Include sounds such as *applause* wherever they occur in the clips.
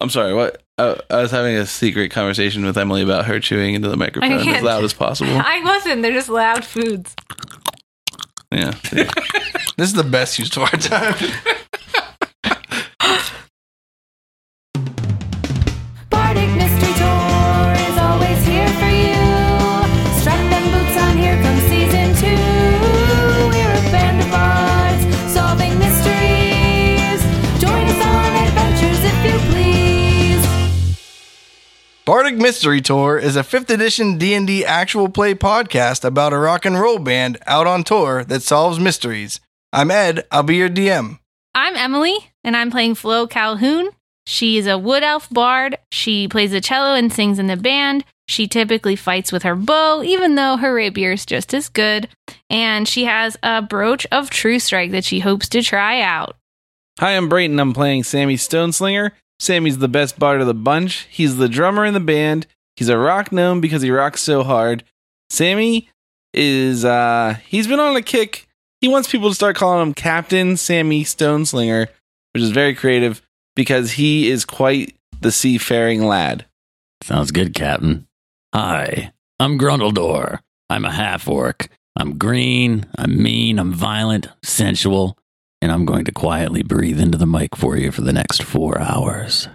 I'm sorry. What? I, I was having a secret conversation with Emily about her chewing into the microphone as can't. loud as *laughs* possible. I wasn't. They're just loud foods. Yeah. *laughs* This is the best use of our time. Bardic Mystery Tour is always here for you. Strap them boots on, here comes season two. We're a band of bards solving mysteries. Join us on adventures if you please. Bardic Mystery Tour is a 5th edition D&D actual play podcast about a rock and roll band out on tour that solves mysteries. I'm Ed, I'll be your DM. I'm Emily, and I'm playing Flo Calhoun. She is a wood elf bard. She plays the cello and sings in the band. She typically fights with her bow, even though her rapier is just as good. And she has a brooch of True Strike that she hopes to try out. Hi, I'm Brayton. I'm playing Sammy Stoneslinger. Sammy's the best bard of the bunch. He's the drummer in the band. He's a rock gnome because he rocks so hard. Sammy is uh he's been on a kick. He wants people to start calling him Captain Sammy Stoneslinger, which is very creative because he is quite the seafaring lad. Sounds good, Captain. Hi, I'm Grundledor. I'm a half orc. I'm green, I'm mean, I'm violent, sensual, and I'm going to quietly breathe into the mic for you for the next four hours.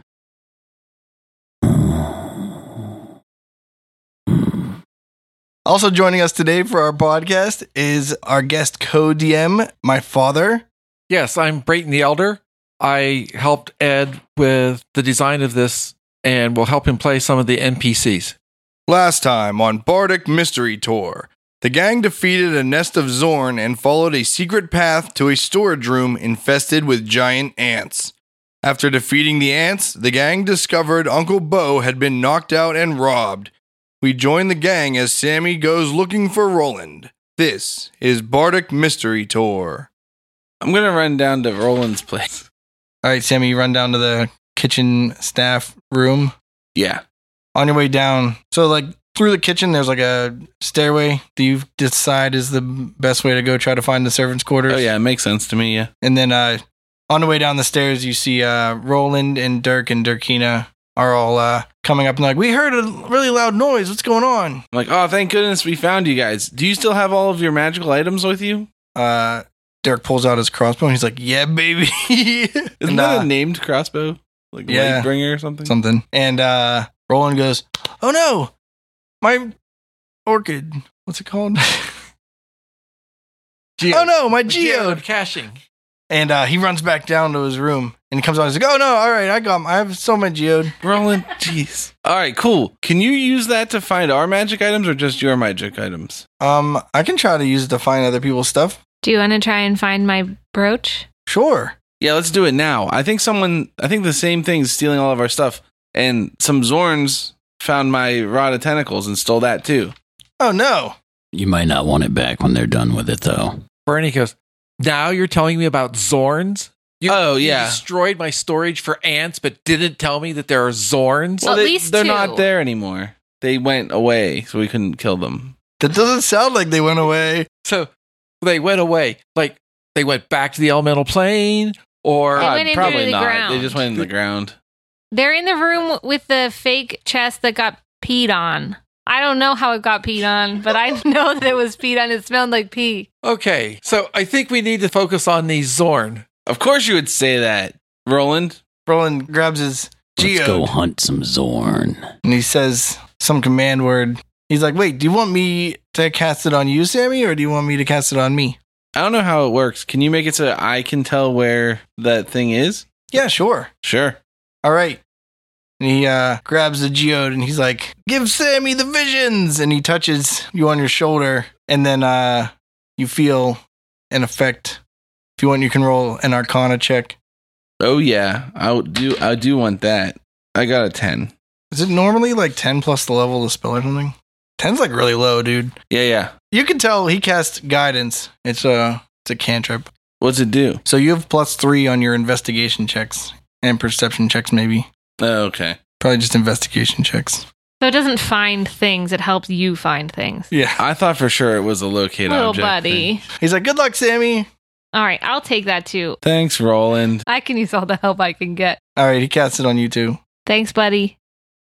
Also joining us today for our podcast is our guest co-DM, my father. Yes, I'm Brayton the Elder. I helped Ed with the design of this and will help him play some of the NPCs. Last time on Bardic Mystery Tour, the gang defeated a nest of Zorn and followed a secret path to a storage room infested with giant ants. After defeating the ants, the gang discovered Uncle Bo had been knocked out and robbed. We join the gang as Sammy goes looking for Roland. This is Bardic Mystery Tour. I'm gonna run down to Roland's place. *laughs* All right, Sammy, you run down to the kitchen staff room. Yeah. on your way down. So like through the kitchen, there's like a stairway that you decide is the best way to go. Try to find the servants' quarters. Oh yeah, it makes sense to me. Yeah. And then uh, on the way down the stairs, you see uh, Roland and Dirk and Dirkina are all uh, coming up and like, we heard a really loud noise. What's going on? I'm like, oh thank goodness we found you guys. Do you still have all of your magical items with you? Uh, Dirk pulls out his crossbow and he's like, yeah, baby. *laughs* Isn't And, that uh, a named crossbow? Like Yeah. Lightbringer or something? something? And uh, Roland goes, oh no, my orchid. What's it called? *laughs* oh no, my geode. Caching. And uh, he runs back down to his room and he comes out. He's like, "Oh no! All right, I got. I have so much geode. Roland, jeez. All right, cool. Can you use that to find our magic items or just your magic items? Um, I can try to use it to find other people's stuff. Do you want to try and find my brooch? Sure. Yeah, let's do it now. I think someone, I think the same thing's stealing all of our stuff. And some Zorns found my rod of tentacles and stole that too. Oh no! You might not want it back when they're done with it, though. Bernie goes, Now you're telling me about Zorns? You, Oh, you yeah. destroyed my storage for ants, but didn't tell me that there are Zorns? Well, at they, least they're two. not there anymore. They went away, so we couldn't kill them. That doesn't sound like they went away. So they went away. Like they went back to the elemental plane or They went into probably the not. They ground. just went in the ground. They're in the room with the fake chest that got peed on. I don't know how it got peed on, but I *laughs* know that it was peed on. It smelled like pee. Okay. So I think we need to focus on the Zorn. Of course you would say that, Roland. Roland grabs his Let's go geode hunt some Zorn. and he says some command word. He's like, "Wait, do you want me to cast it on you, Sammy, or do you want me to cast it on me?" I don't know how it works. Can you make it so I can tell where that thing is? Yeah, sure. Sure. All right. And he uh, grabs the geode and he's like, Give Sammy the visions. And he touches you on your shoulder. And then uh, you feel an effect. If you want, you can roll an arcana check. Oh yeah, I do. I do want that. I got a ten. Is it normally like 10 plus the level of the spell or something? 10's like really low, dude. Yeah, yeah. You can tell he casts guidance. It's a, it's a cantrip. What's it do? So you have plus three on your investigation checks and perception checks, maybe. Oh, okay. Probably just investigation checks. So it doesn't find things, it helps you find things. Yeah. I thought for sure it was a locate Little object buddy. thing. He's like, Good luck, Sammy. All right, I'll take that too. Thanks, Roland. I can use all the help I can get. All right, he casts it on you too. Thanks, buddy.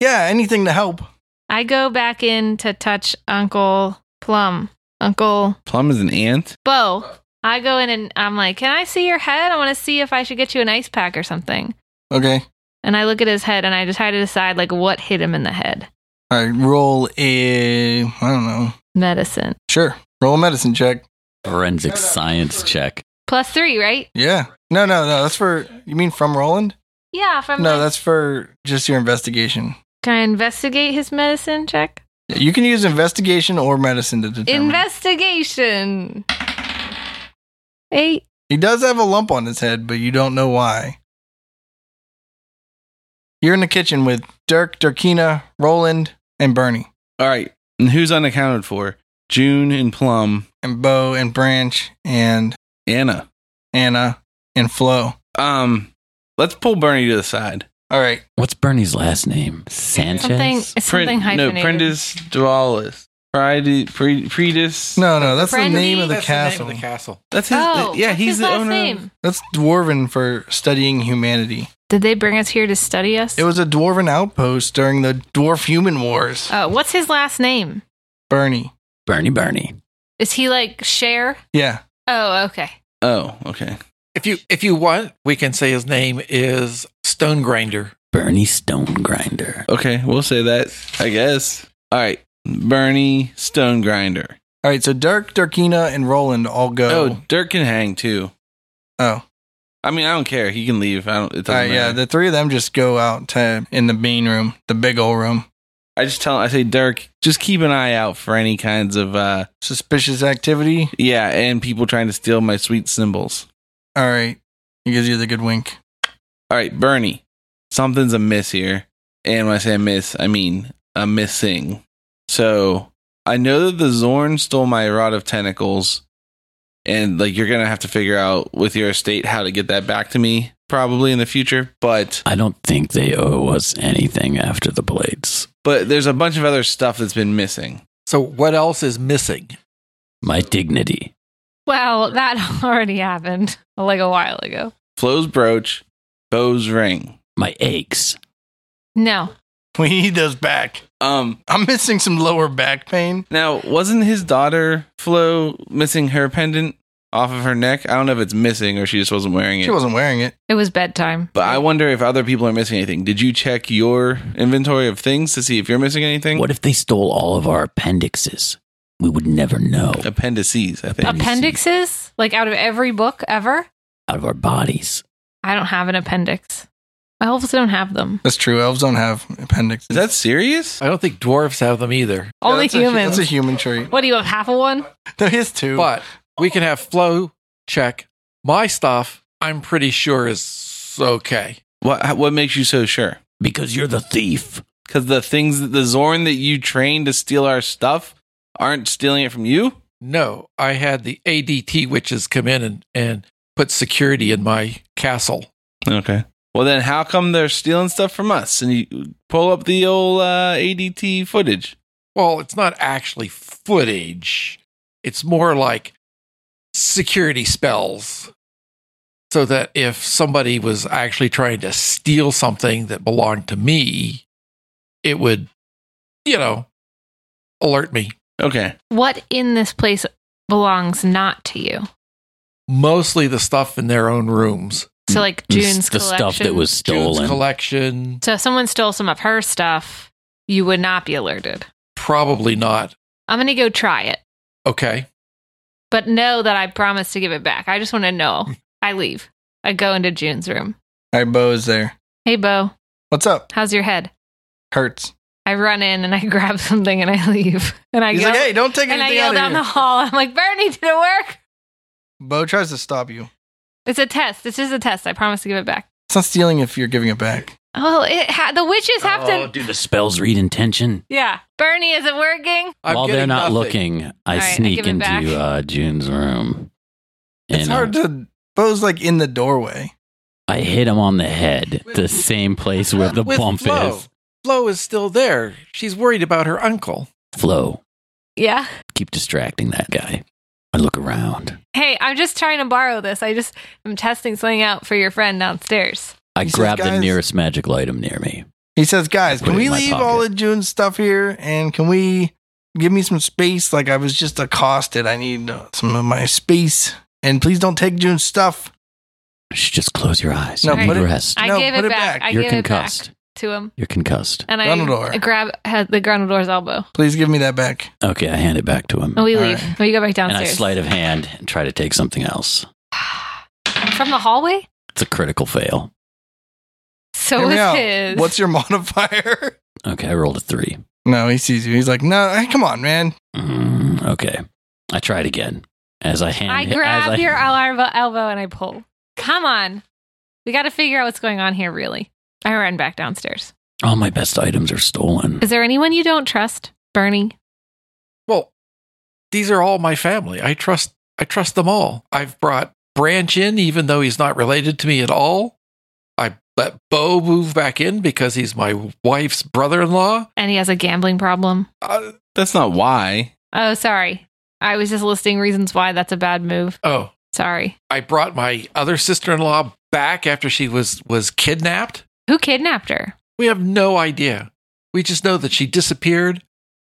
Yeah, anything to help. I go back in to touch Uncle Plum. Uncle Plum is an ant. Bo. I go in and I'm like, Can I see your head? I want to see if I should get you an ice pack or something. Okay. And I look at his head and I just try to decide like what hit him in the head. All right, roll a. I don't know. Medicine. Sure. Roll a medicine check. Forensic science check. Plus three, right? Yeah. No, no, no. That's for. You mean from Roland? Yeah, from No, my- that's for just your investigation. Can I investigate his medicine check? You can use investigation or medicine to determine. Investigation. Eight. he does have a lump on his head, but you don't know why. You're in the kitchen with Dirk, Dirkina, Roland, and Bernie, All right. And who's unaccounted for? June and Plum, and Bo, and Branch, and Anna. Anna, and Flo. Um, let's pull Bernie to the side. All right. What's Bernie's last name? Sanchez? Something. It's something Prin- no, hyphenated. Prentice Dualis. Pride, pre, Predis. No, no, that's Brandy. the name of the That's castle. The name of the castle. That's his. Oh, yeah, what's he's his the last owner. name. That's dwarven for studying humanity. Did they bring us here to study us? It was a dwarven outpost during the dwarf human wars. Oh. Uh, what's his last name? Bernie. Bernie Bernie. Is he like Cher? Yeah. Oh, okay. Oh, okay. If you if you want, we can say his name is Stone Grinder. Bernie Stone Grinder. Okay, we'll say that, I guess. All right. Bernie Stone Grinder. All right. So Dirk, Dirkina, and Roland all Oh, go. Dirk can hang too. Oh. I mean, I don't care. He can leave. I don't. It All doesn't right. matter. Yeah. The three of them just go out to in the main room, the big old room. I just tell. I say, Dirk, just keep an eye out for any kinds of. uh Suspicious activity. Yeah, and people trying to steal my sweet symbols. All right. He gives you the good wink. *laughs* All right, Bernie, something's amiss here. And when I say amiss, I mean a missing. So I know that the Zorn stole my rod of tentacles, and like you're gonna have to figure out with your estate how to get that back to me probably in the future. But I don't think they owe us anything after the blades. but there's a bunch of other stuff that's been missing. So what else is missing? My dignity. Well, that *laughs* already happened like a while ago. Flo's brooch, Bo's ring. My aches. No. We need those back. Um, I'm missing some lower back pain. Now, wasn't his daughter Flo missing her pendant off of her neck? I don't know if it's missing or she just wasn't wearing it. She wasn't wearing it. It was bedtime. But I wonder if other people are missing anything. Did you check your inventory of things to see if you're missing anything? What if they stole all of our appendixes? We would never know. appendices? I think. Appendixes? Like out of every book ever? Out of our bodies. I don't have an appendix. Elves don't have them. That's true. Elves don't have appendixes. Is that serious? I don't think dwarves have them either. Yeah, Only that's a hu- humans. that's a human trait. what do you have? Half a one? *laughs* There is two. But we can have Flo check my stuff. I'm pretty sure is okay. What how- What makes you so sure? Because you're the thief. Because the things, that the Zorn that you trained to steal our stuff, aren't stealing it from you. No, I had the ADT witches come in and, and put security in my castle. Okay. Well, then how come they're stealing stuff from us? And you pull up the old uh, ADT footage. Well, it's not actually footage. It's more like security spells. So that if somebody was actually trying to steal something that belonged to me, it would, you know, alert me. Okay. What in this place belongs not to you? Mostly the stuff in their own rooms. So like Mm, The s- June's the collection. stuff that was June's stolen. collection, So if someone stole some of her stuff, you would not be alerted. probably not. I'm going to go try it, Okay. but know that I promise to give it back. I just want to *laughs* know. I leave. I go into June's room. All right, Bo is there. Hey, Bo, What's up? how's your head? Hurts. I run in and I *laughs* grab something and I leave. And I He's go like, hey, don't take and I anything yell out down of the here. hall. I'm like, Bernie, did it work? Bo tries to stop you. It's a test. This is a test. I promise to give it back. It's not stealing if you're giving it back. Oh, it ha- the witches have Oh, to. do the spells read intention? Yeah, Bernie, is it working? I'm While they're getting not nothing. looking, I All right, I sneak give it back. into uh, June's room. And uh, it's hard to. Bo's like in the doorway. I hit him on the head, the same place where the *laughs* With bump Flo. is. Flo is still there. She's worried about her uncle. Flo, Yeah. keep distracting that guy. I look around. Hey, I'm just trying to borrow this. I just I'm testing something out for your friend downstairs. I He says, grab the "Guys- nearest magical item near me. He says, "Guys, Put can it we in my leave all pocket. of June's stuff here? And can we give me some space? Like I was just accosted. I need uh, some of my space. And please don't take June's stuff. Shh, just close your eyes. No, you put need it- rest. I No, gave put it it back. back. I You're gave it back concussed. to him. You're concussed. And I Grundledor. grab had the Grundledor's elbow. Please give me that back. Okay, I hand it back to him. And we All leave. right. We go back and I Oh, downstairs. sleight of hand and try to take something else. From the hallway? It's a critical fail. So Hear me was out. his. What's your *laughs* modifier? Okay, I rolled a three. no, he sees you. He's like, "No, hey, come on, man. Mm, okay, I tried again. As I hand, I as grab I- your elbow, elbow and I pull. Come on. We got to figure out what's going on here, really. I run back downstairs. all my best items are stolen. Is there anyone you don't trust? Bernie? Well, these are all my family. I trust I trust them all. I've brought Branch in, even though he's not related to me at all. I let Bo move back in because he's my wife's brother-in-law. And he has a gambling problem. Uh, That's not why. Oh, sorry. I was just listing reasons why that's a bad move. oh, Sorry. I brought my other sister-in-law back after she was was kidnapped. Who kidnapped her? We have no idea. We just know that she disappeared,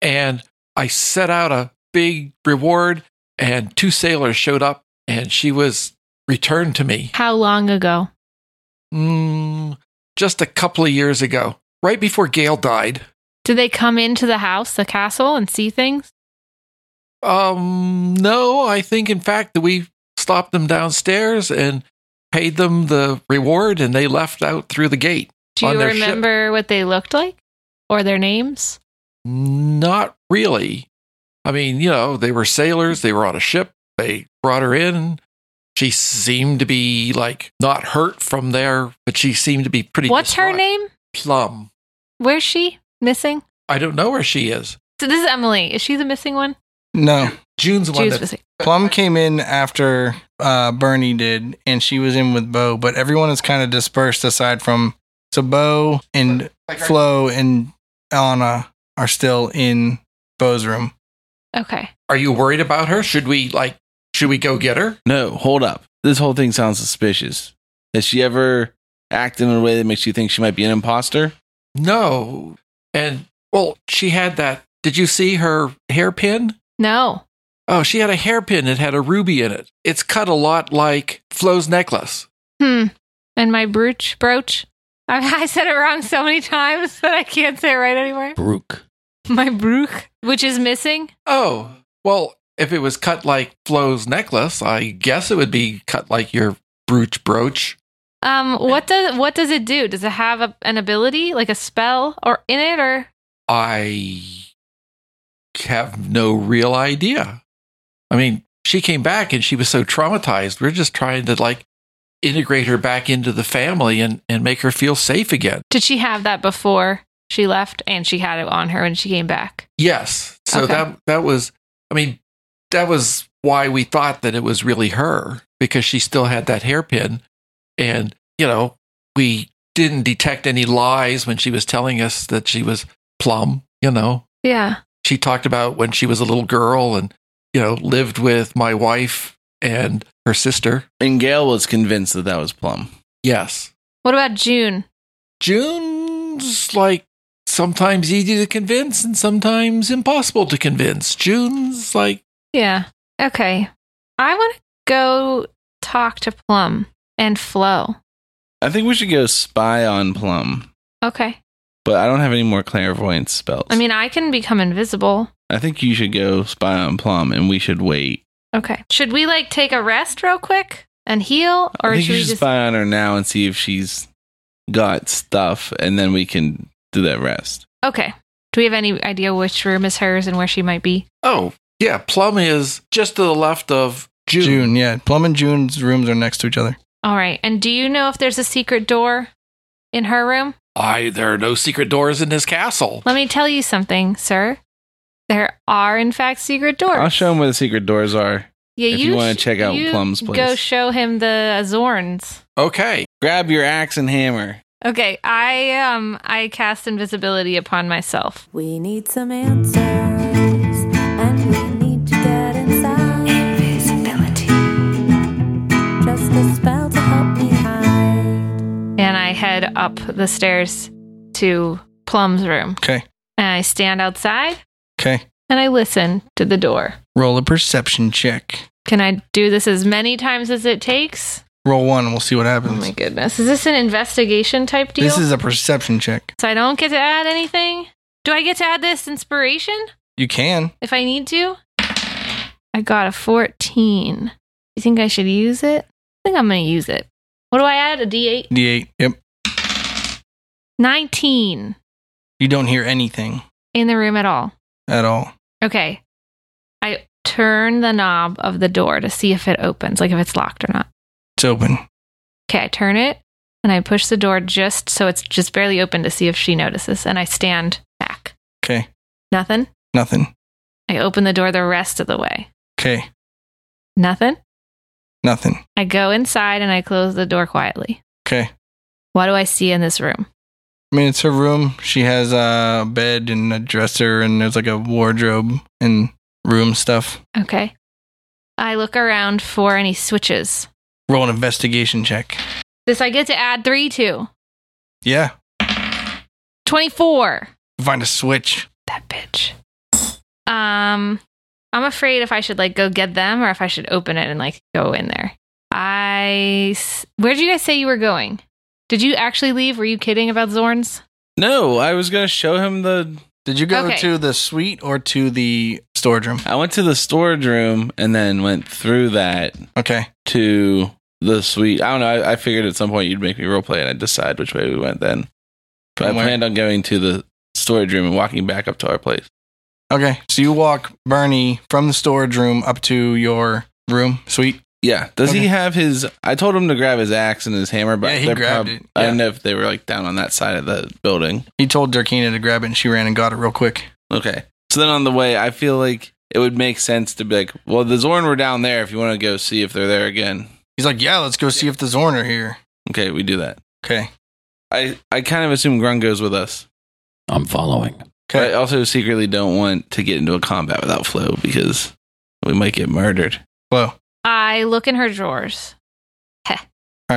and I set out a big reward, and two sailors showed up, and she was returned to me How long ago? mm, just a couple of years ago, right before Gail died. Did they come into the house, the castle, and see things? Um, no, I think in fact that we stopped them downstairs and paid them the reward, and they left out through the gate. Do On you their ship. remember what they looked like or their names? Not really. I mean, you know, they were sailors, they were on a ship, they brought her in. She seemed to be like not hurt from there, but she seemed to be pretty. What's her distraught. name? Plum. Where's she missing? I don't know where she is. So this is Emily. Is she the missing one? No." June's the she one was that missing. Plum came in after uh, Bernie did, and she was in with Bo. But everyone is kind of dispersed aside from so Bo and Flo and Elena are still in Bo's room. Okay. Are you worried about her? Should we like should we go get her? No, hold up. This whole thing sounds suspicious. Has she ever acted in a way that makes you think she might be an imposter? No. And well, she had that did you see her hairpin? No. Oh, she had a hairpin that had a ruby in it. It's cut a lot like Flo's necklace. Hmm. And my brooch brooch. *laughs* I, I said it wrong so many times that I can't say it right anymore. Brooke. My brooch, which is missing. Oh, well, if it was cut like Flo's necklace, I guess it would be cut like your brooch brooch. Um. What does what does it do? Does it have a, an ability like a spell or in it or? I have no real idea. I mean, she came back and she was so traumatized. We're just trying to like integrate her back into the family and, and make her feel safe again. Did she have that before she left and she had it on her when she came back? Yes. So Okay. that that was I mean, that was why we thought that it was really her because she still had that hairpin and you know, we didn't detect any lies when she was telling us that she was plum, you know. Yeah. She talked about when she was a little girl and you know, lived with my wife and her sister. And Gail was convinced that that was Plum. Yes. What about June? June's like sometimes easy to convince and sometimes impossible to convince. June's like Yeah. Okay. I want to go talk to Plum and Flo. I think we should go spy on Plum, Okay. but I don't have any more clairvoyance spells. I mean, I can become invisible. I think you should go spy on Plum, and we should wait. Okay. Should we like take a rest real quick and heal, I or think should you we should just? spy on her now and see if she's got stuff, and then we can do that rest. okay. Do we have any idea which room is hers and where she might be? Oh, yeah. Plum is just to the left of June. June. yeah. Plum and June's rooms are next to each other. All right. And do you know if there's a secret door in her room? I, there are no secret doors in this castle. Let me tell you something, sir. There are, in fact, secret doors. I'll show him where the secret doors are. Yeah, if you wanna sh- check out you Plum's place. Go show him the Azorns. Okay. Grab your axe and hammer. Okay, I um I cast invisibility upon myself. We need some answers, and we need to get inside. Invisibility. Just a spell to help me hide. and I head up the stairs to Plum's room. Okay. And I stand outside Okay. and I listen to the door. Roll a perception check. Can I do this as many times as it takes? Roll one and we'll see what Oh happens. my goodness. Is this an investigation type deal? this is a perception check. so I don't get to add anything? Do I get to add this inspiration You can. if I need to? I got a 14. You think I should use it? I think I'm going to use it. What do I add? A D8? D8. Yep. 19 You don't hear anything in the room at all. at all. Okay. I turn the knob of the door to see if it opens, like if it's locked or not. It's open. Okay, I turn it and I push the door just so it's just barely open to see if she notices. And I stand back. Okay. Nothing. Nothing. I open the door the rest of the way. Okay. Nothing. Nothing. I go inside and I close the door quietly. Okay. What do I see in this room? I mean, it's her room. She has a bed and a dresser, and there's like a wardrobe and room stuff. Okay. I look around for any switches. Roll an investigation check. This I get to add three to Yeah. 24. Find a switch. That bitch. Um, I'm afraid if I should like go get them or if I should open it and like go in there. I s- where did you guys say you were going? Did you actually leave? Were you kidding about Zorn's? No, I was gonna show him the. Did you go Okay. to the suite or to the storage room? I went to the storage room and then went through that Okay. to the suite. I don't know. I, I figured at some point you'd make me roleplay and I'd decide which way we went then. But I From where? planned on going to the storage room and walking back up to our place. Okay. So you walk Bernie from the storage room up to your room suite. Yeah. Does Okay. he have his? I told him to grab his axe and his hammer, but Yeah, he they're grabbed prob- it. I Yeah. don't know if they were like down on that side of the building. He told Durkina to grab it, and she ran and got it real quick. Okay. So then on the way, I feel like it would make sense to be like, well, the Zorn were down there. If you want to go see if they're there again, He's like, "Yeah, let's go see if the Zorn are here." okay, we do that. Okay. I I kind of assume Grun goes with us. I'm following. But Okay. I also secretly don't want to get into a combat without Flo because we might get murdered. Whoa. All I look in her drawers right.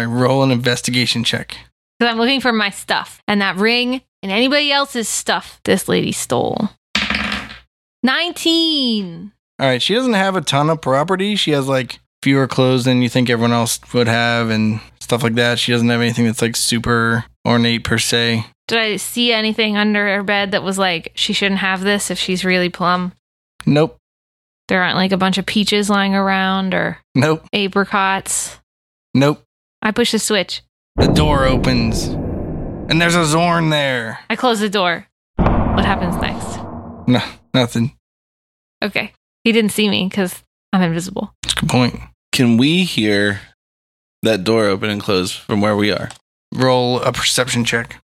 Roll an investigation check. because I'm looking for my stuff and that ring and anybody else's stuff this lady stole. 19. All right. She doesn't have a ton of property. She has like fewer clothes than you think everyone else would have, and stuff like that. She doesn't have anything that's like super ornate per se. Did I see anything under her bed that was like she shouldn't have this if she's really plum? Nope. There aren't like a bunch of peaches lying around or Nope. apricots. Nope. I push the switch. The door opens, and there's a Zorn there. I close the door. What happens next? No, nothing. Okay. He didn't see me because I'm invisible. That's a good point. Can we hear that door open and close from where we are? Roll a perception check.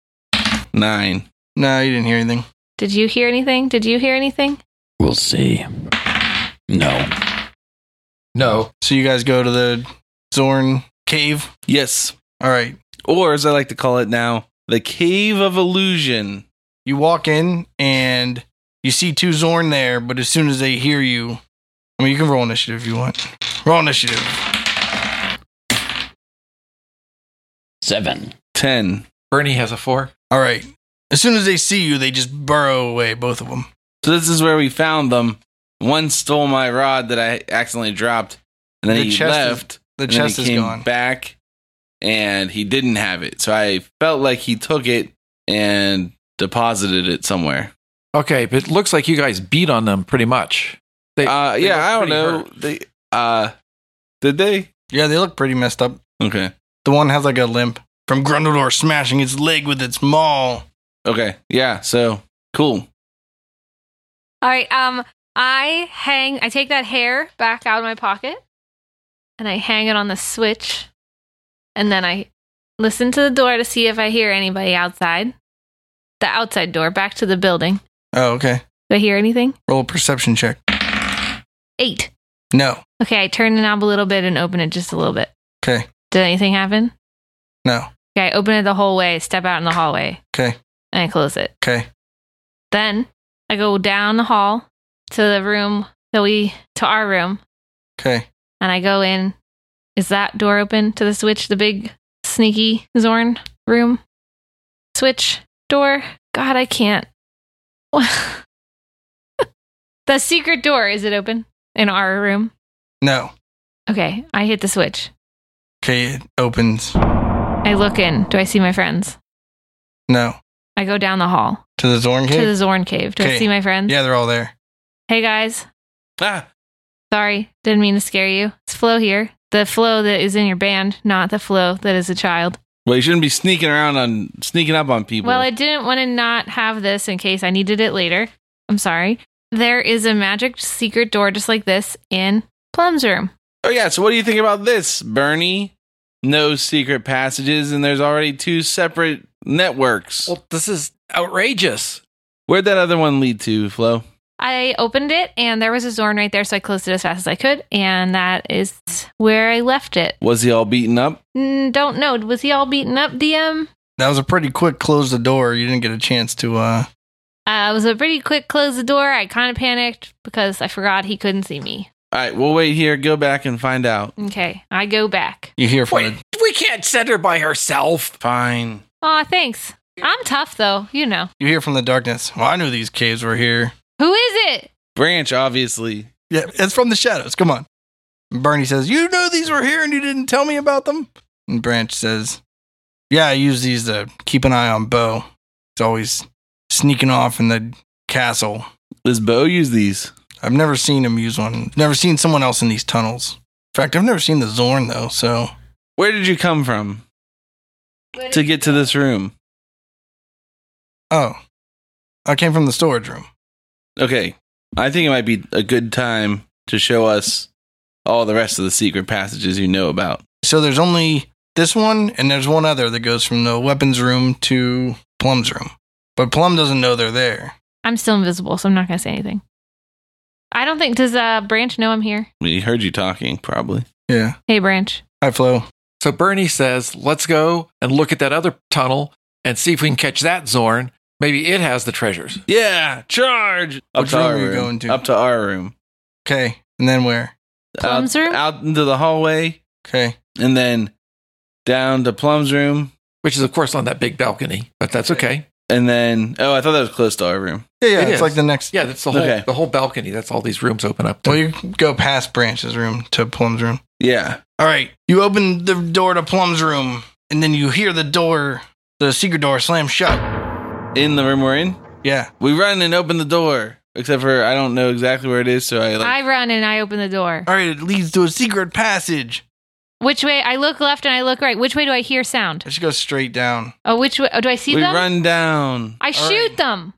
Nine. No, you didn't hear anything. Did you hear anything? Did you hear anything? We'll see. No. No. So you guys go to the Zorn cave. Yes. All right. Or as I like to call it now, the Cave of Illusion. You walk in and you see two Zorn there, but as soon as they hear you, I mean, you can roll initiative if you want. Roll initiative. Seven. Ten. Bernie has a four. All right. As soon as they see you, they just burrow away, both of them. So this is where we found them. One stole my rod that I accidentally dropped, and then The he chest is- left. The and then chest he is came gone. back, and he didn't have it. So I felt like he took it and deposited it somewhere. Okay, but it looks like you guys beat on them pretty much. They, Uh, they yeah, I look don't know. pretty hurt. They, uh, did they? Yeah, they look pretty messed up. Okay. The one has like a limp from Grundledor smashing its leg with its maul. Okay. Yeah. So cool. All right. Um, I hang, I take that hair back out of my pocket and I hang it on the switch. And then I listen to the door to see if I hear anybody outside. The outside door back to the building. Oh, okay. Do I hear anything? Roll a perception check. Eight. No. Okay, I turn the knob a little bit and open it just a little bit. Okay. Did anything happen? No. Okay, I open it the whole way, step out in the hallway, Okay. and I close it. Okay. Then I go down the hall to the room that we to our room, Okay. and I go in. Is that door open to the switch? The big sneaky Zorn room switch. door? God, I can't. *laughs* the secret door, is it open in our room? No. Okay, I hit the switch. Okay, it opens. I look in. Do I see my friends? No. I go down the hall To the Zorn to the cave? Zorn cave. Do I Okay. see my friends? Yeah, they're all there. Hey guys, Ah, sorry, didn't mean to scare you. It's Flo here. The Flo that is in your band, not the Flo that is a child. well, you shouldn't be sneaking around on sneaking up on people. Well, I didn't want to not have this in case I needed it later. I'm sorry. There is a magic secret door just like this in Plum's room. oh yeah. So what do you think about this, Bernie? No secret passages, and there's already two separate networks. Well, this is outrageous. Where'd that other one lead to, Flo? I opened it and there was a Zorn right there, so I closed it as fast as I could, and that is where I left it. Was he all beaten up? Mm, don't know. Was he all beaten up, DM? That was a pretty quick close the door. You didn't get a chance to uh Uh, it was a pretty quick close the door. I kind of panicked because I forgot he couldn't see me. All right, we'll wait here. Go back and find out. Okay, I go back. you hear from Wait, we can't send her by herself. Fine. Aw, thanks. I'm tough though, you know. you hear from the darkness. Well, I knew these caves were here. Who is it? Branch, obviously. Yeah, it's from the shadows. Come on. Bernie says, You knew these were here and you didn't tell me about them? And Branch says, Yeah, I use these to keep an eye on Bo. He's always sneaking off in the castle. Does Bo use these? I've never seen him use one. Never seen someone else in these tunnels. In fact, I've never seen the Zorn though, so Where did you come from to get to this room? oh. I came from the storage room. Okay, I think it might be a good time to show us all the rest of the secret passages you know about. So there's only this one, and there's one other that goes from the weapons room to Plum's room. But Plum doesn't know they're there. I'm still invisible, so I'm not gonna say anything. I don't think does uh Branch know I'm here. We heard you talking, probably. Yeah. Hey Branch. Hi, Flo. So Bernie says, let's go and look at that other tunnel and see if we can catch that Zorn. Maybe it has the treasures. Yeah, charge up Which to room our are you room. going to? Up to our room. Okay. And then where? Plum's out, room? out into the hallway, Okay. and then down to Plum's room, Which is, of course, on that big balcony, but that's okay. and then oh, I thought that was close to our room. Yeah, yeah. It it's is. like the next. Yeah, that's the whole Okay. the whole balcony. That's all these rooms open up. To. Well, you go past Branch's room to Plum's room. Yeah, All right. You open the door to Plum's room, and then you hear the door, the secret door slam shut. in the room we're in, Yeah. we run and open the door. Except for I don't know exactly where it is, so I like I run and I open the door. All right. It leads to a secret passage. Which way I look left and I look right. Which way do I hear sound? It should go straight down. Oh which way oh, do I see we them? run down. I shoot right. them.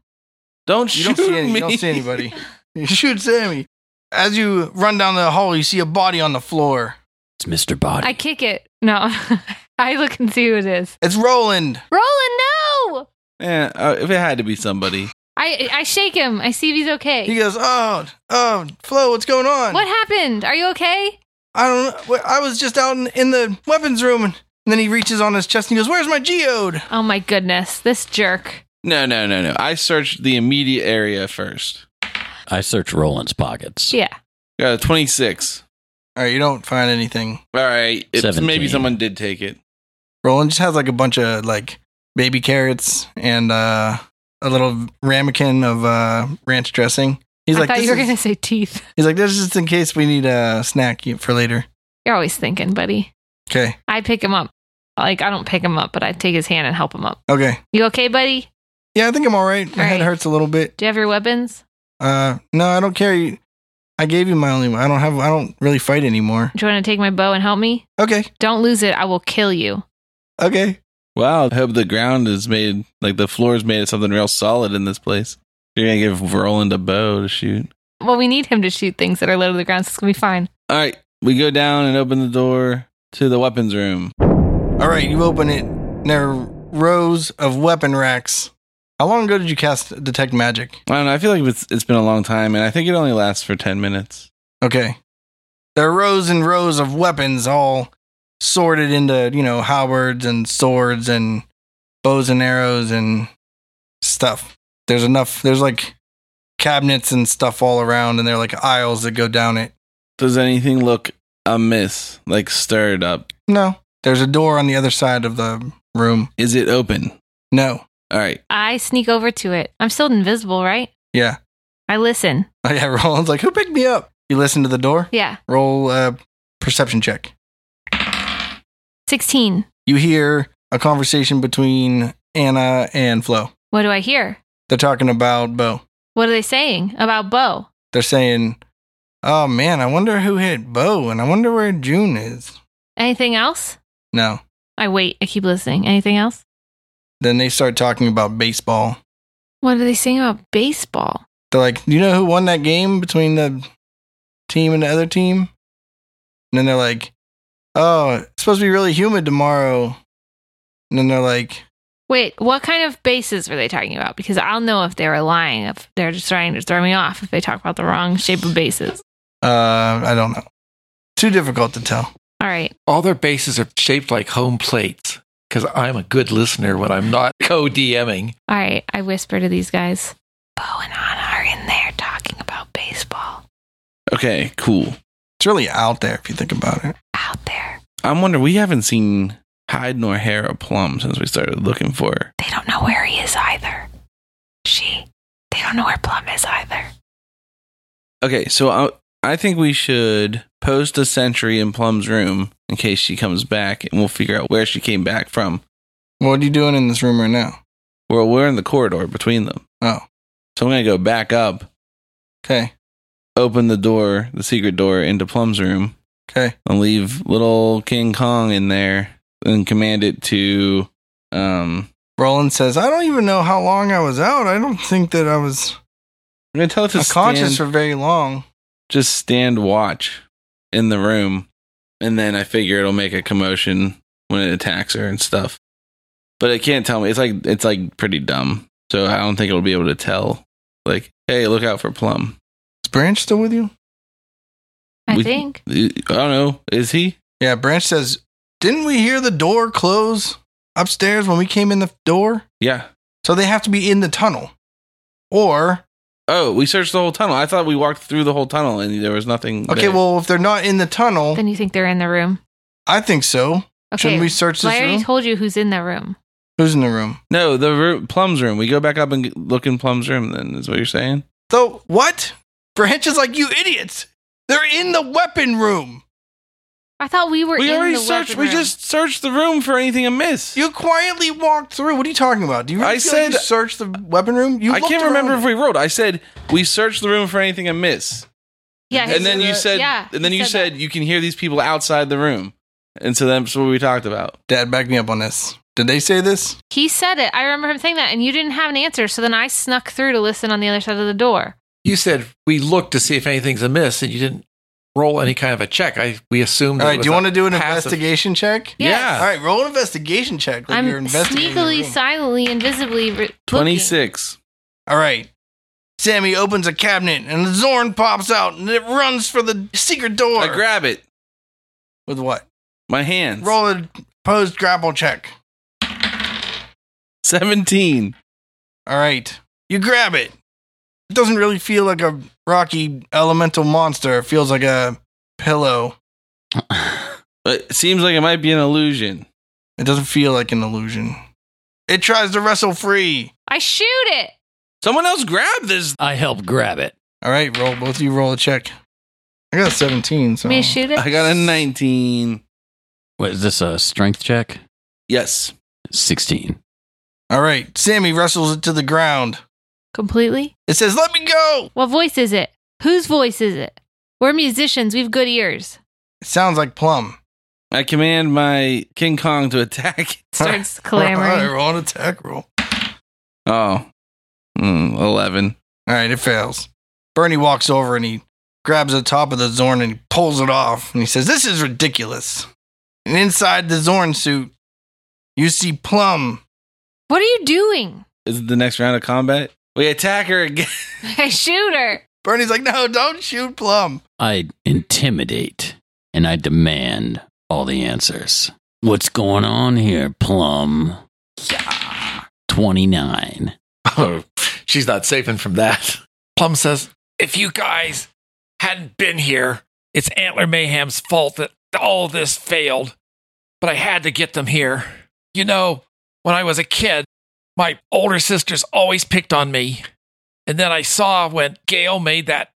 Don't You shoot don't see any, me. You don't see anybody. *laughs* you shoot Sammy. As you run down the hall, you see a body on the floor. It's Mr. Body. I kick it. No. *laughs* I look and see who it is. It's Roland. Roland, no! *laughs* Yeah, uh, if it had to be somebody. I I shake him. I see if he's okay. He goes, "Oh, oh, Flo, what's going on? What happened? Are you okay? I don't know. I was just out in, in the weapons room." And then he reaches on his chest and he goes, "Where's my geode?" Oh my goodness, this jerk. No, no, no, no. I searched the immediate area first. I search Roland's pockets. Yeah. Got a 26. All right, you don't find anything. All right. It's maybe 17. someone did take it. Roland just has like a bunch of like baby carrots and uh, a little ramekin of uh, ranch dressing. He's I like, thought this you were is- gonna *laughs* say teeth. he's like, this is just in case we need a snack for later. You're always thinking, buddy. Okay, I pick him up. Like I don't pick him up, but I take his hand and help him up. okay, You okay, buddy? yeah, I think I'm all right. My All head right. hurts a little bit. Do you have your weapons? Uh, no, I don't carry. I gave you my only. I don't have. I don't really fight anymore. Do you want to take my bow and help me? Okay, Don't lose it. I will kill you. okay. Wow. I hope the ground is made, like the floor's made of something real solid in this place. You're going to give Roland a bow to shoot. Well, we need him to shoot things that are low to the ground, so it's gonna be fine. All right. We go down and open the door to the weapons room. All right, you open it. and There are rows of weapon racks. How long ago did you cast detect magic? I don't know. I feel like it's, it's been a long time, and I think it only lasts for 10 minutes. Okay. There are rows and rows of weapons all sorted into, you know, howards and swords and bows and arrows and stuff. There's enough, there's like cabinets and stuff all around, and there are like aisles that go down it. Does anything look amiss, like stirred up? No. There's a door on the other side of the room. Is it open? No. All right. I sneak over to it. I'm still invisible, right? Yeah. *laughs* I listen. Oh, yeah, Roland's like, who picked me up? You listen to the door. Yeah. Roll a perception check. 16. You hear a conversation between Anna and Flo. What do I hear? They're talking about Bo. What are they saying about Bo? They're saying, oh man, I wonder who hit Bo and I wonder where June is. Anything else? No. I wait. I keep listening. Anything else? Then they start talking about baseball. What are they saying about baseball? They're like, "Do you know who won that game between the team and the other team?" And then they're like, "Oh, it's supposed to be really humid tomorrow." And then they're like, Wait, what kind of bases were they talking about? Because I'll know if they were lying, if they're just trying to throw me off, if they talk about the wrong shape of bases. "Uh, I don't know. Too difficult to tell." All right. All their bases are shaped like home plates because I'm a good listener when I'm not *laughs* co DMing. All right. I whisper to these guys Bo and Anna are in there talking about baseball Okay. Cool. It's really out there if you think about it. out there. I wonder. We haven't seen hide nor hair of Plum since we started looking for her. They don't know where he is either. She. They don't know where Plum is either. Okay. So I, I think we should post a sentry in Plum's room in case she comes back, and we'll figure out where she came back from. What are you doing in this room right now? Well, we're in the corridor between them, Oh, so I'm gonna go back up, okay, open the door, the secret door into Plum's room, okay. and leave little King Kong in there, and command it to. Um, Roland says, "I don't even know how long I was out. I don't think that I was I'm gonna tell it to conscious stand- for very long." just stand watch in the room and then i figure it'll make a commotion when it attacks her and stuff but it can't tell me it's like it's like pretty dumb so i don't think it'll be able to tell like hey look out for plum Is Branch still with you? I We- think. i don't know is he Yeah, Branch says, Didn't we hear the door close upstairs when we came in the door? yeah So they have to be in the tunnel. Or, oh we searched the whole tunnel i thought we walked through the whole tunnel and there was nothing okay, there. well, if they're not in the tunnel, Then you think they're in the room. I think so. Okay. Shouldn't we search well, I this already room? told you who's in the room. Who's in the room? no the room, plum's room we go back up and g- look in plum's room then is what you're saying So, what? Branch is like, You idiots! They're in the weapon room! I thought we were we in already the searched weapon we room. just searched the room for anything amiss You quietly walked through. What are you talking about? Do you really I feel like you said- searched the weapon room? You I looked can't remember around. if we rolled. I said we searched the room for anything amiss, Yeah, he and then you that. said, Yeah, and then he you that. said you can hear these people outside the room, and so that's what we talked about. Dad, back me up on this. Did they say this? He said it. I remember him saying that, and you didn't have an answer. So then I snuck through to listen on the other side of the door. You said we looked to see if anything's amiss and you didn't roll any kind of a check. I We assumed. All it right, was do you a want to do an passive- investigation check? Yes. Yeah. All right, roll an investigation check. Like I'm you're investigating the sneakily, room. silently, invisibly re- Twenty six. All right. Sammy opens a cabinet and Zorn pops out and it runs for the secret door. I grab it. With what? My hands. Roll a posed grapple check. seventeen. All right. You grab it. It doesn't really feel like a rocky elemental monster. It feels like a pillow. But it seems like it might be an illusion. It doesn't feel like an illusion. It tries to wrestle free. I shoot it. Someone else grab this. I help grab it. All right, roll. Both of you roll a check. I got a 17, so. May I shoot it? I got a nineteen. What is this? A strength check? Yes. 16. All right. Sammy wrestles it to the ground. Completely. It says, Let me go. What voice is it? Whose voice is it? We're musicians. We've good *laughs* ears. It sounds like Plum. I command my King Kong to *laughs* attack. Starts All right, clamoring. roll an attack roll. Oh. Mm, Eleven. All right, it fails. Bernie walks over and he grabs the top of the Zorn and he pulls it off and he says, This is ridiculous. And inside the Zorn suit, you see Plum. What are you doing? *laughs* Is it the next round of combat? We attack her again. I shoot her. Bernie's like, No, don't shoot Plum. I intimidate and I demand all the answers. What's going on here, Plum? Yeah. 29. Oh, she's not saving from that. Plum says, If you guys hadn't been here, it's Antler Mayhem's fault that all this failed. But I had to get them here. You know, when I was a kid, my older sisters always picked on me. And then I saw when Gail made that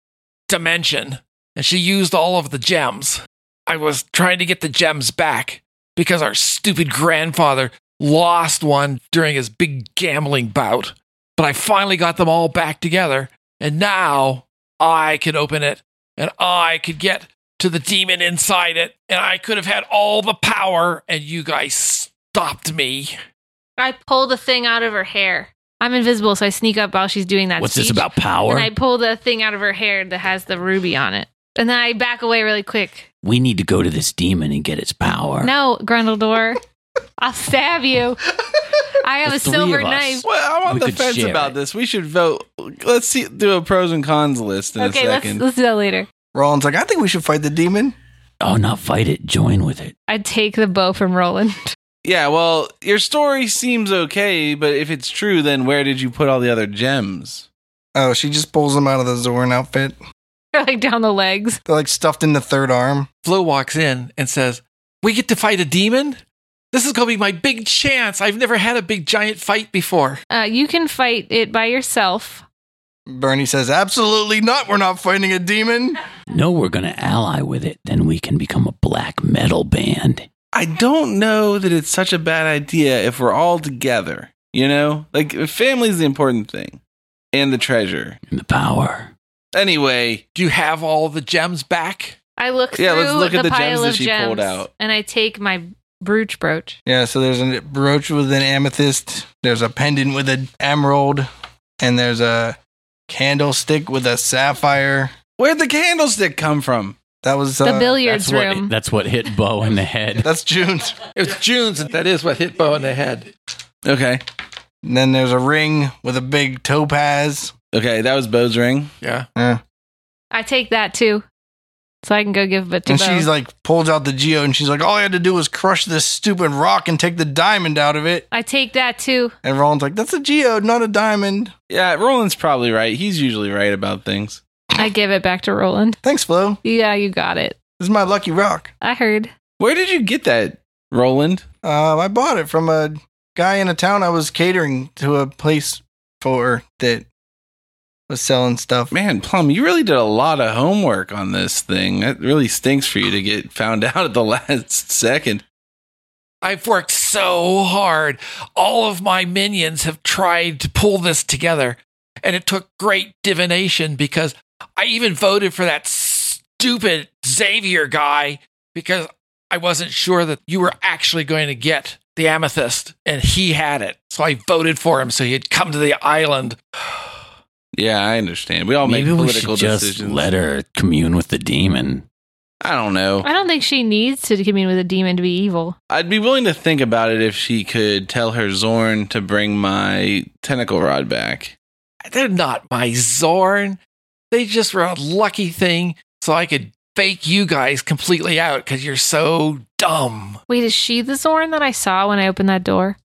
dimension and she used all of the gems. I was trying to get the gems back because our stupid grandfather lost one during his big gambling bout. But I finally got them all back together. And now I could open it and I could get to the demon inside it. And I could have had all the power. And you guys stopped me. I pull the thing out of her hair. I'm invisible, so I sneak up while she's doing that. What's this speech, about power? And I pull the thing out of her hair that has the ruby on it. And then I back away really quick. we need to go to this demon and get its power. No, Grundledor. *laughs* I'll stab you. I have The a three silver of us. knife. Well, I'm on We the could fence share about it. this. We should vote. Let's see, do a pros and cons list in Okay, a let's, second. let's do that later. Rollins like, I think we should fight the demon. Oh, not fight it. Join with it. I take the bow from Roland. *laughs* Yeah, well, your story seems okay, but if it's true, then where did you put all the other gems? Oh, she just pulls him out of the Zorn outfit. They're like down the legs. They're like stuffed in the third arm. Flo walks in and says, We get to fight a demon? This is going to be my big chance. I've never had a big giant fight before. Uh, you can fight it by yourself. Bernie says, Absolutely not. We're not fighting a demon. No, we're going to ally with it. Then we can become a black metal band. I don't know that it's such a bad idea if we're all together. You know, like family's the important thing, and the treasure. And the power. Anyway, Do you have all the gems back? I look Yeah, through let's look the at the pile gems that of she gems pulled out. and I take my brooch brooch. Yeah, so there's a brooch with an amethyst, there's a pendant with an emerald, and there's a candlestick with a sapphire. where'd the candlestick come from? That was The uh, billiards that's room. What, that's what hit Bo in the head. That's June's. It's June's, and that is what hit Bo in the head. Okay, And then there's a ring with a big topaz. okay, that was Bo's ring. Yeah. I take that too, so I can go give it to. And Bo. she's like, pulls out the geo and she's like, all I had to do was crush this stupid rock and take the diamond out of it. I take that too. And Roland's like, that's a geode, not a diamond. Yeah, Roland's probably right. He's usually right about things. I give it back to Roland. Thanks, Flo. Yeah, you got it. This is my lucky rock. I heard. Where did you get that, Roland? Um, I bought it from a guy in a town I was catering to a place for that was selling stuff. Man, Plum, you really did a lot of homework on this thing. That really stinks for you to get found *laughs* out at the last second. I've worked so hard. All of my minions have tried to pull this together, and it took great divination because I even voted for that stupid Xavier guy because I wasn't sure that you were actually going to get the amethyst, and he had it. So I voted for him so he'd come to the island. Yeah, I understand. We all Maybe make we political should just decisions. let her commune with the demon. I don't know. I don't think she needs to commune with a demon to be evil. I'd be willing to think about it if she could tell her Zorn to bring my tentacle rod back. They're not my Zorn. They just were a lucky thing so I could fake you guys completely out because you're so dumb. Wait, is she the Zorn that I saw when I opened that door?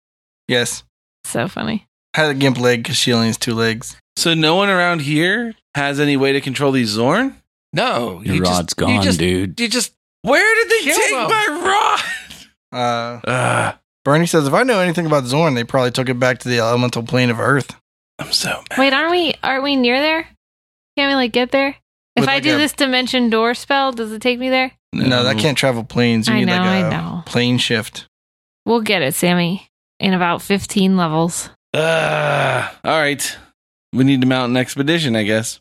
Yes. So funny. Had a gimp leg because she only has two legs. So no one around here has any way to control these Zorn? No, Your rod's you gone, just- dude. You just Where did they Kill take them. my Uh, rod? *laughs* Ugh, Bernie says, if I know anything about Zorn, they probably took it back to the elemental plane of Earth. I'm so mad. Wait, aren't we? Aren't we near there? Can we like get there? If With, I like, do a- this dimension door spell, does it take me there? No, Mm. that can't travel planes. You I need know, like a I know. plane shift. We'll get it, Sammy, in about fifteen levels. Ugh. Ah, all right. We need to mount an expedition, I guess.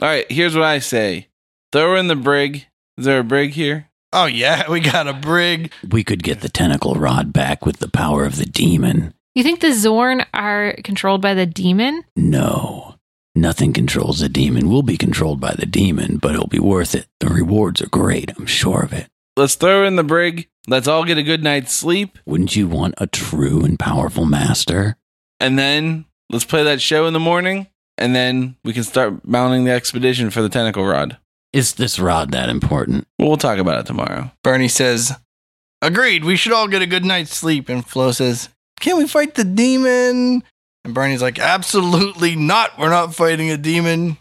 All right, here's what I say. Throw her in the brig. Is there a brig here? Oh, yeah. *laughs* We got a brig. We could get the tentacle rod back with the power of the demon. You think the Zorn are controlled by the demon? No, nothing controls the demon. We'll be controlled by the demon, but it'll be worth it. The rewards are great. I'm sure of it. Let's throw her in the brig. Let's all get a good night's sleep. Wouldn't you want a true and powerful master? And then let's play that show in the morning. And then we can start mounting the expedition for the tentacle rod. Is this rod that important? We'll talk about it tomorrow. Bernie says, Agreed, we should all get a good night's sleep. And Flo says, Can we fight the demon? And Bernie's like, Absolutely not. We're not fighting a demon.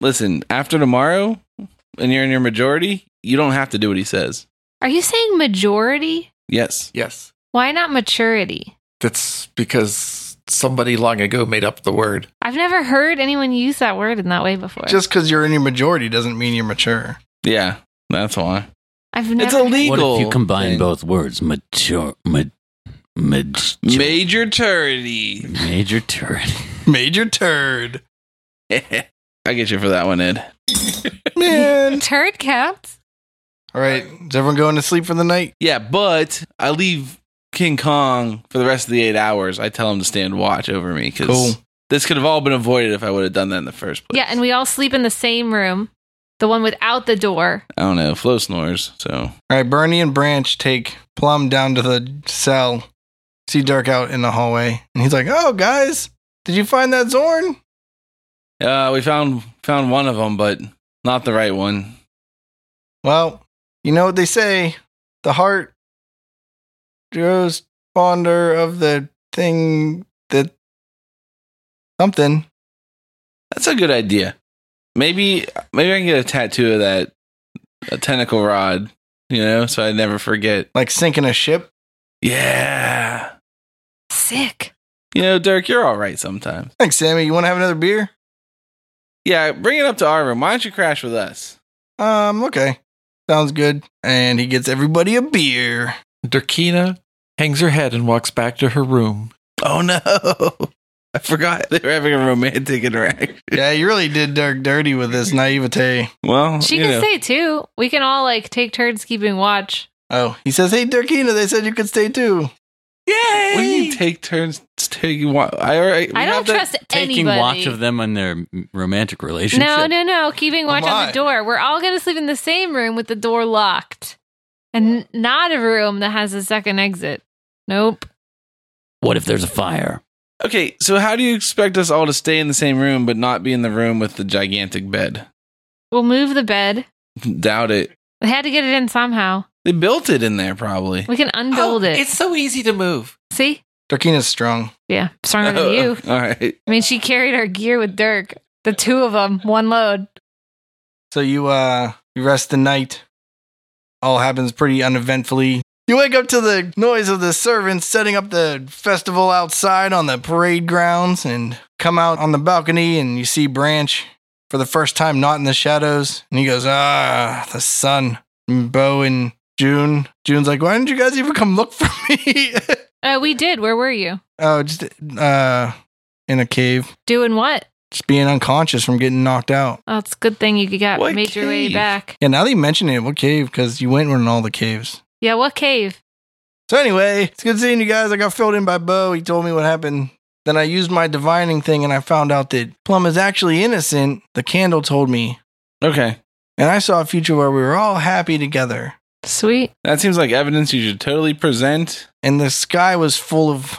Listen, after tomorrow, and you're in your majority, you don't have to do what he says. Are you saying majority? Yes. yes. Why not maturity? That's because somebody long ago made up the word. I've never heard anyone use that word in that way before. Just because you're in your majority doesn't mean you're mature. Yeah, that's why. I've never. It's illegal. What if you combine thing. both words? Mature, ma, maj- Major turdy. *laughs* *laughs* major turd. Major turd. I get you for that one, Ed. Man. Turd counts. All right. Is everyone going to sleep for the night? Yeah, but I leave King Kong for the rest of the eight hours. I tell him to stand watch over me because Cool. this could have all been avoided if I would have done that in the first place. Yeah, and we all sleep in the same room, the one without the door. I don't know. Flo snores, so All right. Bernie and Branch take Plum down to the cell. See Dirk out in the hallway. And he's like, Oh, guys, did you find that Zorn? uh, we found found one of them, but not the right one. Well, you know what they say. The heart grows fonder of the thing that something. That's a good idea. Maybe maybe I can get a tattoo of that a tentacle rod, you know, so I never forget. Like sinking a ship. Yeah. Sick. You know, Dirk, you're all right sometimes. Thanks, Sammy. You want to have another beer? Yeah, bring it up to our room. Why don't you crash with us? Um, okay. Sounds good. And he gets everybody a beer. Durkina hangs her head and walks back to her room. Oh no. *laughs* I forgot they were having a romantic interaction. Yeah, you really did Dirk dirty with this naivete. Well, She Oh, you can know. stay too. We can all like take turns keeping watch. Oh, he says, Hey, Dirkina, they said you could stay too. What do you mean take turns taking wa- I already I don't trust Taking anybody. watch of them on their m- romantic relationship. No, no, no. Keeping watch on my. the door. We're all going to sleep in the same room with the door locked and n- not a room that has a second exit. Nope. What if there's a fire? Okay, so how do you expect us all to stay in the same room but not be in the room with the gigantic bed? We'll move the bed. Doubt it. They had to get it in somehow. They built it in there probably. We can unbuild it. Oh, It's so easy to move. See? Dirkina's strong. Yeah. Stronger than you. *laughs* All right. I mean, she carried our gear with Dirk. The two of them, one load. So you uh you rest the night. All happens pretty uneventfully. You wake up to the noise of the servants setting up the festival outside on the parade grounds and come out on the balcony and you see Branch for the first time not in the shadows and he goes, "Ah, the sun." And Bo and June. June's like, "Why didn't you guys even come look for me?" *laughs* Uh, we did. Where were you? oh, just uh in a cave, Doing what? just being unconscious from getting knocked out. Oh, it's a good thing you got What made your way cave? back. Yeah, now that you mention it, what cave? Because you went in all the caves. Yeah, what cave? So anyway, it's good seeing you guys. I got filled in by Bo. He told me what happened. Then I used my divining thing and I found out that Plum is actually innocent. The candle told me. Okay. And I saw a future where we were all happy together. Sweet. That seems like evidence you should totally present And the sky was full of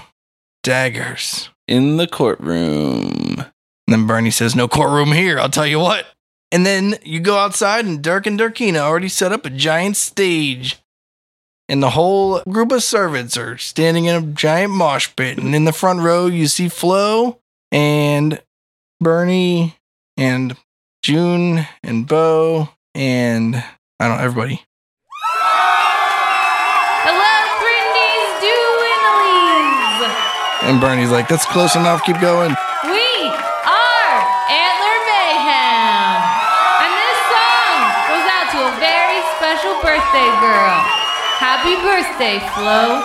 daggers. in the courtroom. And then Bernie says, No courtroom here, I'll tell you what. And then you go outside and Dirk and Dirkina already set up a giant stage. And the whole group of servants are standing in a giant mosh pit. And in the front row, you see Flo and Bernie and June and Bo and I don't know, everybody. Hello, Brindy's Doodlies! And Bernie's like, That's close enough, keep going. We are Antler Mayhem! And this song goes out to a very special birthday girl. Happy birthday, Flo.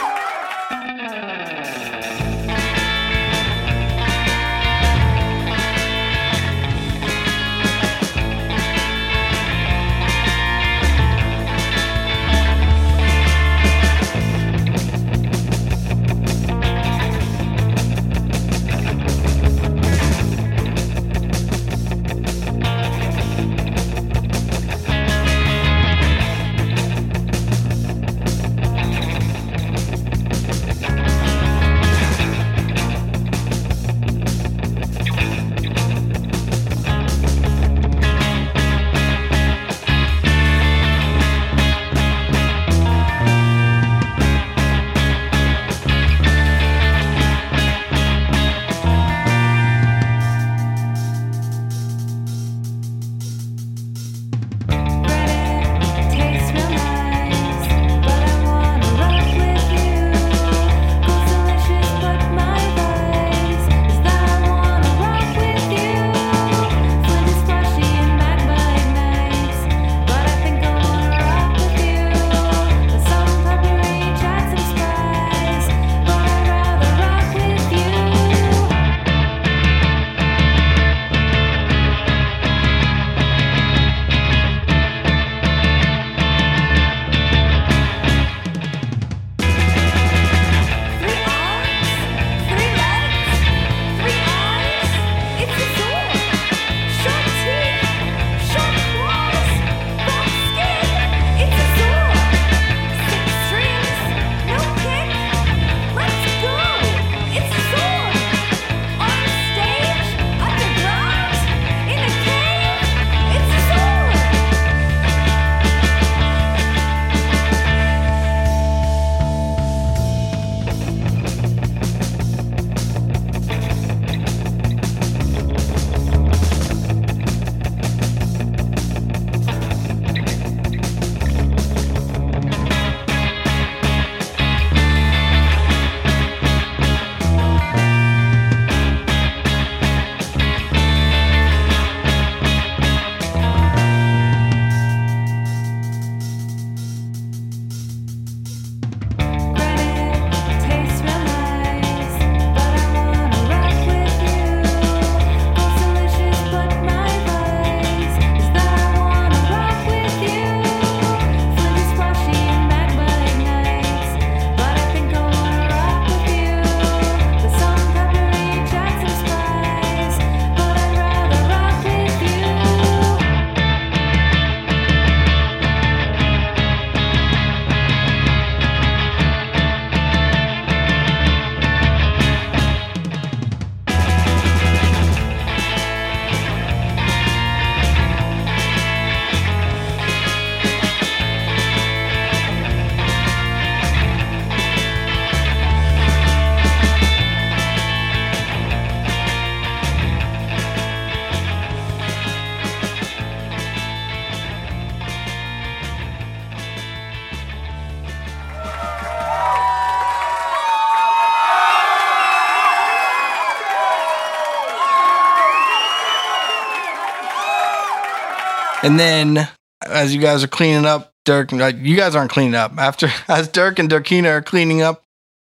And then as you guys are cleaning up, Dirk, like you guys aren't cleaning up. After *laughs* as Dirk and Dirkina are cleaning up,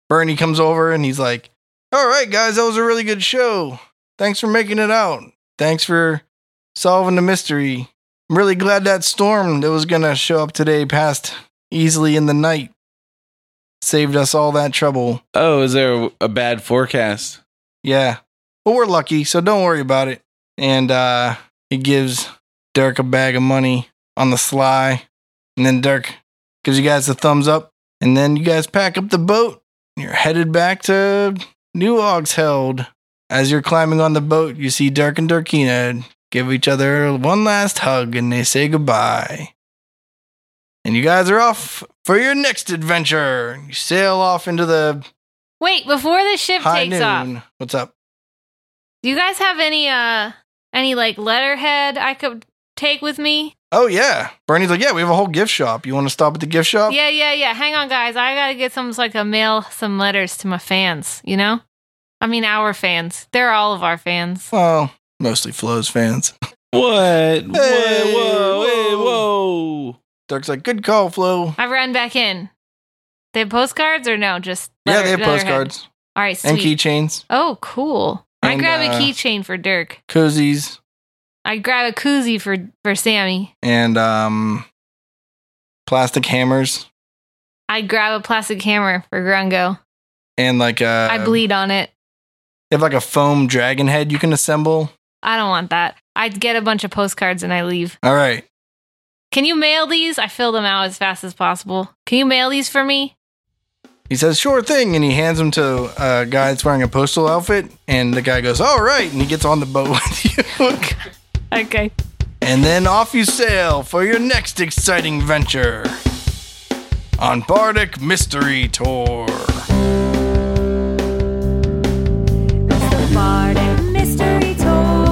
Bernie comes over and he's like, "All right, guys, that was a really good show. Thanks for making it out. Thanks for solving the mystery. I'm really glad that storm that was gonna show up today passed easily in the night. Saved us all that trouble. Oh, is there a, a bad forecast? Yeah. Well, we're lucky, so don't worry about it. And uh, he gives Dirk a bag of money on the sly. And then Dirk gives you guys the thumbs up. And then you guys pack up the boat. You're headed back to New Augsheld. As you're climbing on the boat, you see Dirk and Dirkina give each other one last hug and they say goodbye. And you guys are off for your next adventure. You sail off into the Wait, before the ship high takes noon. off, What's up? do you guys have any uh any like letterhead I could take with me? Oh yeah, Bernie's like, yeah, we have a whole gift shop. You want to stop at the gift shop? Yeah, yeah, yeah. Hang on, guys. I gotta get some so I can mail some letters to my fans. You know, I mean our fans. They're all of our fans. Well, mostly Flo's fans. What? What? Hey, whoa, hey, whoa. whoa. Dirk's like, good call, Flo. I run back in. They have postcards or no? Just Yeah, letter- they have letterhead? postcards All right, and sweet. keychains, oh, cool. I And, grab a uh, keychain for Dirk. cozies, I grab a koozie for for Sammy. and um, plastic hammers, I grab a plastic hammer for Grungo. and like a. I bleed on it. They have like a foam dragon head you can assemble. I don't want that. I get a bunch of postcards and I leave. All right, Can you mail these? I fill them out as fast as possible. Can you mail these for me? he says, sure thing, and he hands them to a guy that's wearing a postal outfit, and the guy goes, all right, and he gets on the boat *laughs* with you. Okay. And then off you sail for your next exciting venture on Bardic Mystery Tour. It's the Bardic Mystery Tour.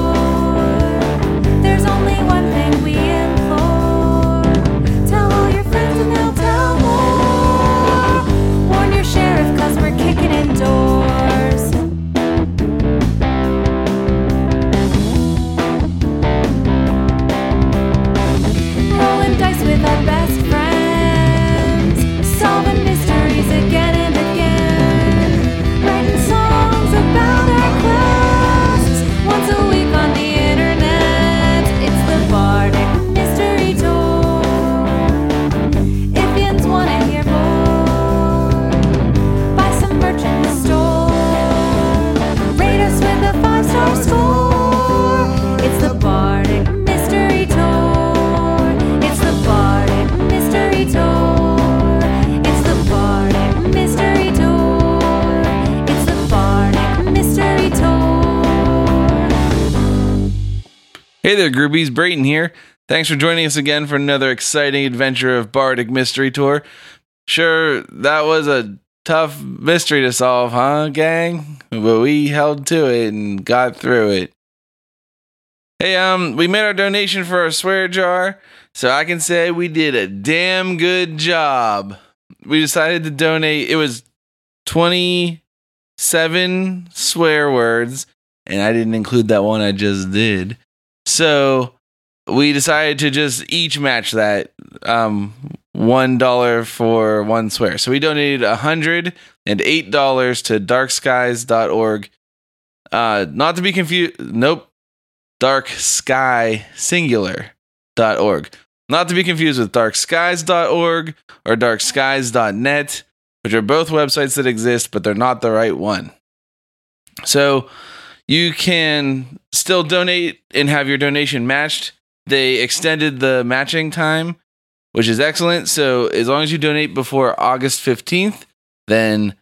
There's only one thing we implore. Tell all your friends and they'll tell more. Warn your sheriff cause we're kicking in doors. Rolling dice with our best friends. Solving mysteries again and again. Writing songs about our quests. Once a week on the internet. It's the Bardic Mystery Tour. Ifyans wanna hear more. Buy some merch in the store. Rate us with a five star score. It's the Bardic Mystery Tour. It's the Bardic Mystery Tour. It's the Bardic Mystery Tour. It's the Bardic Mystery Tour. Hey there, groupies. Brayton here. Thanks for joining us again for another exciting adventure of Bardic Mystery Tour. Sure, that was a tough mystery to solve, huh, gang? But we held to it and got through it. Hey, um, we made our donation for our swear jar, so I can say we did a damn good job. We decided to donate, it was 27 swear words, and I didn't include that one I just did. So we decided to just each match that um one dollar for one swear. So we donated a hundred and eight dollars to darkskies.org. Uh not to be confused nope. Dark Sky Singular dot org. Not to be confused with darkskies.org or darkskies.net, which are both websites that exist, but they're not the right one. So you can still donate and have your donation matched. They extended the matching time, which is excellent. So as long as you donate before August 15th, then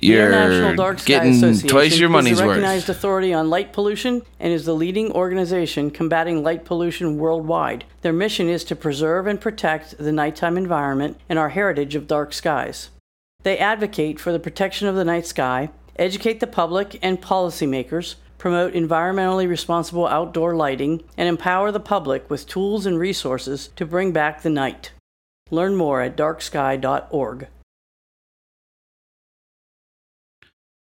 you're International Dark Sky getting Association twice your money's is a worth. recognized authority on light pollution and is the leading organization combating light pollution worldwide. Their mission is to preserve and protect the nighttime environment and our heritage of dark skies. They advocate for the protection of the night sky, educate the public and policymakers, promote environmentally responsible outdoor lighting, and empower the public with tools and resources to bring back the night. Learn more at darksky.org.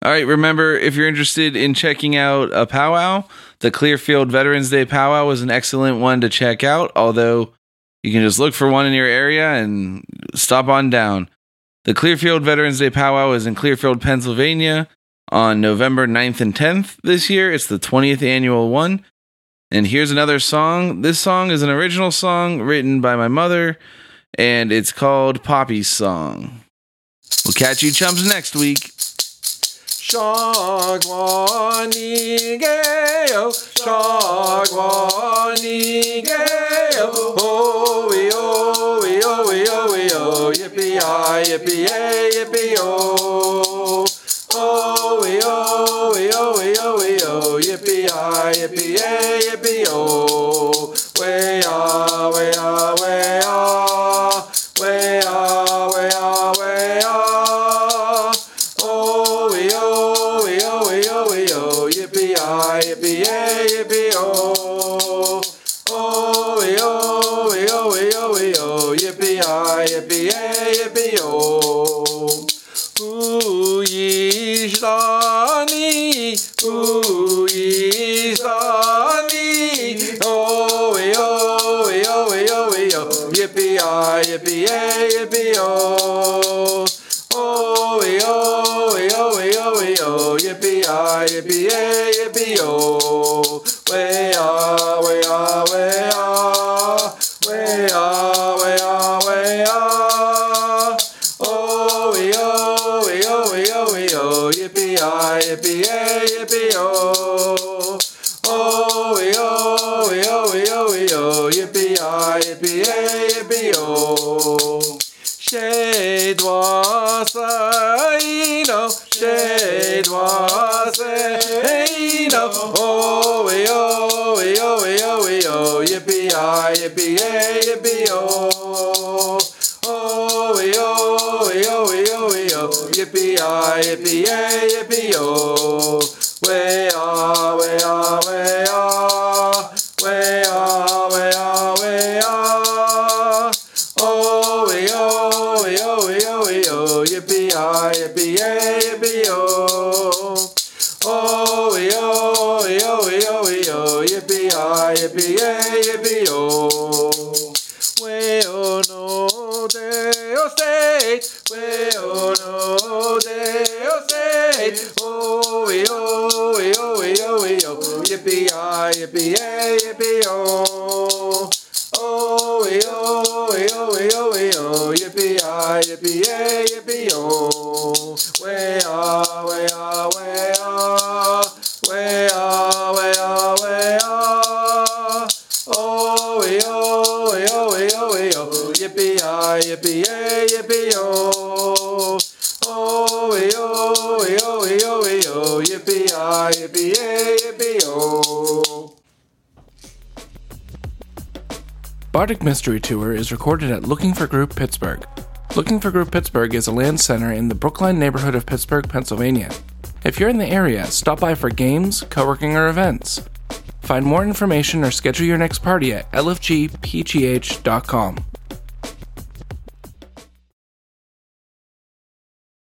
All right, remember if you're interested in checking out a powwow, the Clearfield Veterans Day powwow is an excellent one to check out, although you can just look for one in your area and stop on down. The Clearfield Veterans Day powwow is in Clearfield, Pennsylvania on November 9th and 10th this year. It's the 20th annual one. And here's another song. This song is an original song written by my mother, and it's called Poppy's Song. We'll catch you chumps next week. Shagwanigeo, Shagwanigeo, oh, we, oh, we, oh, we, oh, we, oh, yippee, ah, yippee, yay, yippee, oh. Oh, we, oh, we, oh, we, oh, we, oh, yippee, ah, yippee, yay, yippee, oh. Way, ah, way, ah, way, ah, way, ah, way, ah, way, ah. Oh, we, oh, we, oh, we, oh, we, oh, yippee, ah, yippee, yay, yippee, oh. Oh, we, oh, we, oh, we, oh, we, oh, yippee, ah, yippee, yay, yippee, oh. Ooh, yee, shani, ooh, yee, shani. Oh, we, oh, we, oh, we, oh, we, oh, yippee, ah, yippee, yay, yippee, oh. Oh, we, oh, we, oh, we, oh, we, oh, yippee, ah, yippee, yay, yippee, oh. Way, ah, way, ah, way, ah. Way, ah, way, ah, way, ah. Oh, we, oh, we, oh, we, oh, we, oh, yippee, ah, yippee, yay, yippee, oh. Oh, we, oh, we, oh, we, oh, we, oh, yippee, ah, yippee, yay, yippee, oh. Shade was I know, shade was I know. Oh, we, oh, we, oh, we, oh, we, oh, yippee, ah, yippee, yay, yippee, oh. Oh, we, oh, we, oh, we, oh, we, oh, yippee, ah, yippee, yay, yippee, oh. Way, ah, way, ah, way, ah. Way, ah, way, ah, way, ah. Oh, we, oh, we, oh, we, oh, we, oh, yippee, ah, yippee, yay, yippee, oh. Oh, we, oh, we, oh, we, oh, we, oh, yippee, ah, yippee, yay, yippee, oh. We, oh, no, they, oh, say, we, oh, no, they, oh, say, oh, we, oh, we, oh, we, oh, we, oh, yippee, ah, yippee, yay, yippee, oh. Oh, we, oh, we, oh, we, oh, we, oh, yippee, ah, yippee, yay, yippee, oh. Way, ah, way, ah, way, ah. Way, ah, way, ah, way, ah. Oh, we, oh, we, oh, we, oh, we, oh, yippee, ah, yippee, yay, yippee, oh. Oh, we, oh, we, oh, we, oh, we, oh, yippee, ah, yippee, yay, yippee, oh. Bardic Mystery Tour is recorded at Looking for Group Pittsburgh. Looking for Group Pittsburgh is a land center in the Brookline neighborhood of Pittsburgh, Pennsylvania. If you're in the area, stop by for games, co working, or events. Find more information or schedule your next party at lfgpgh.com.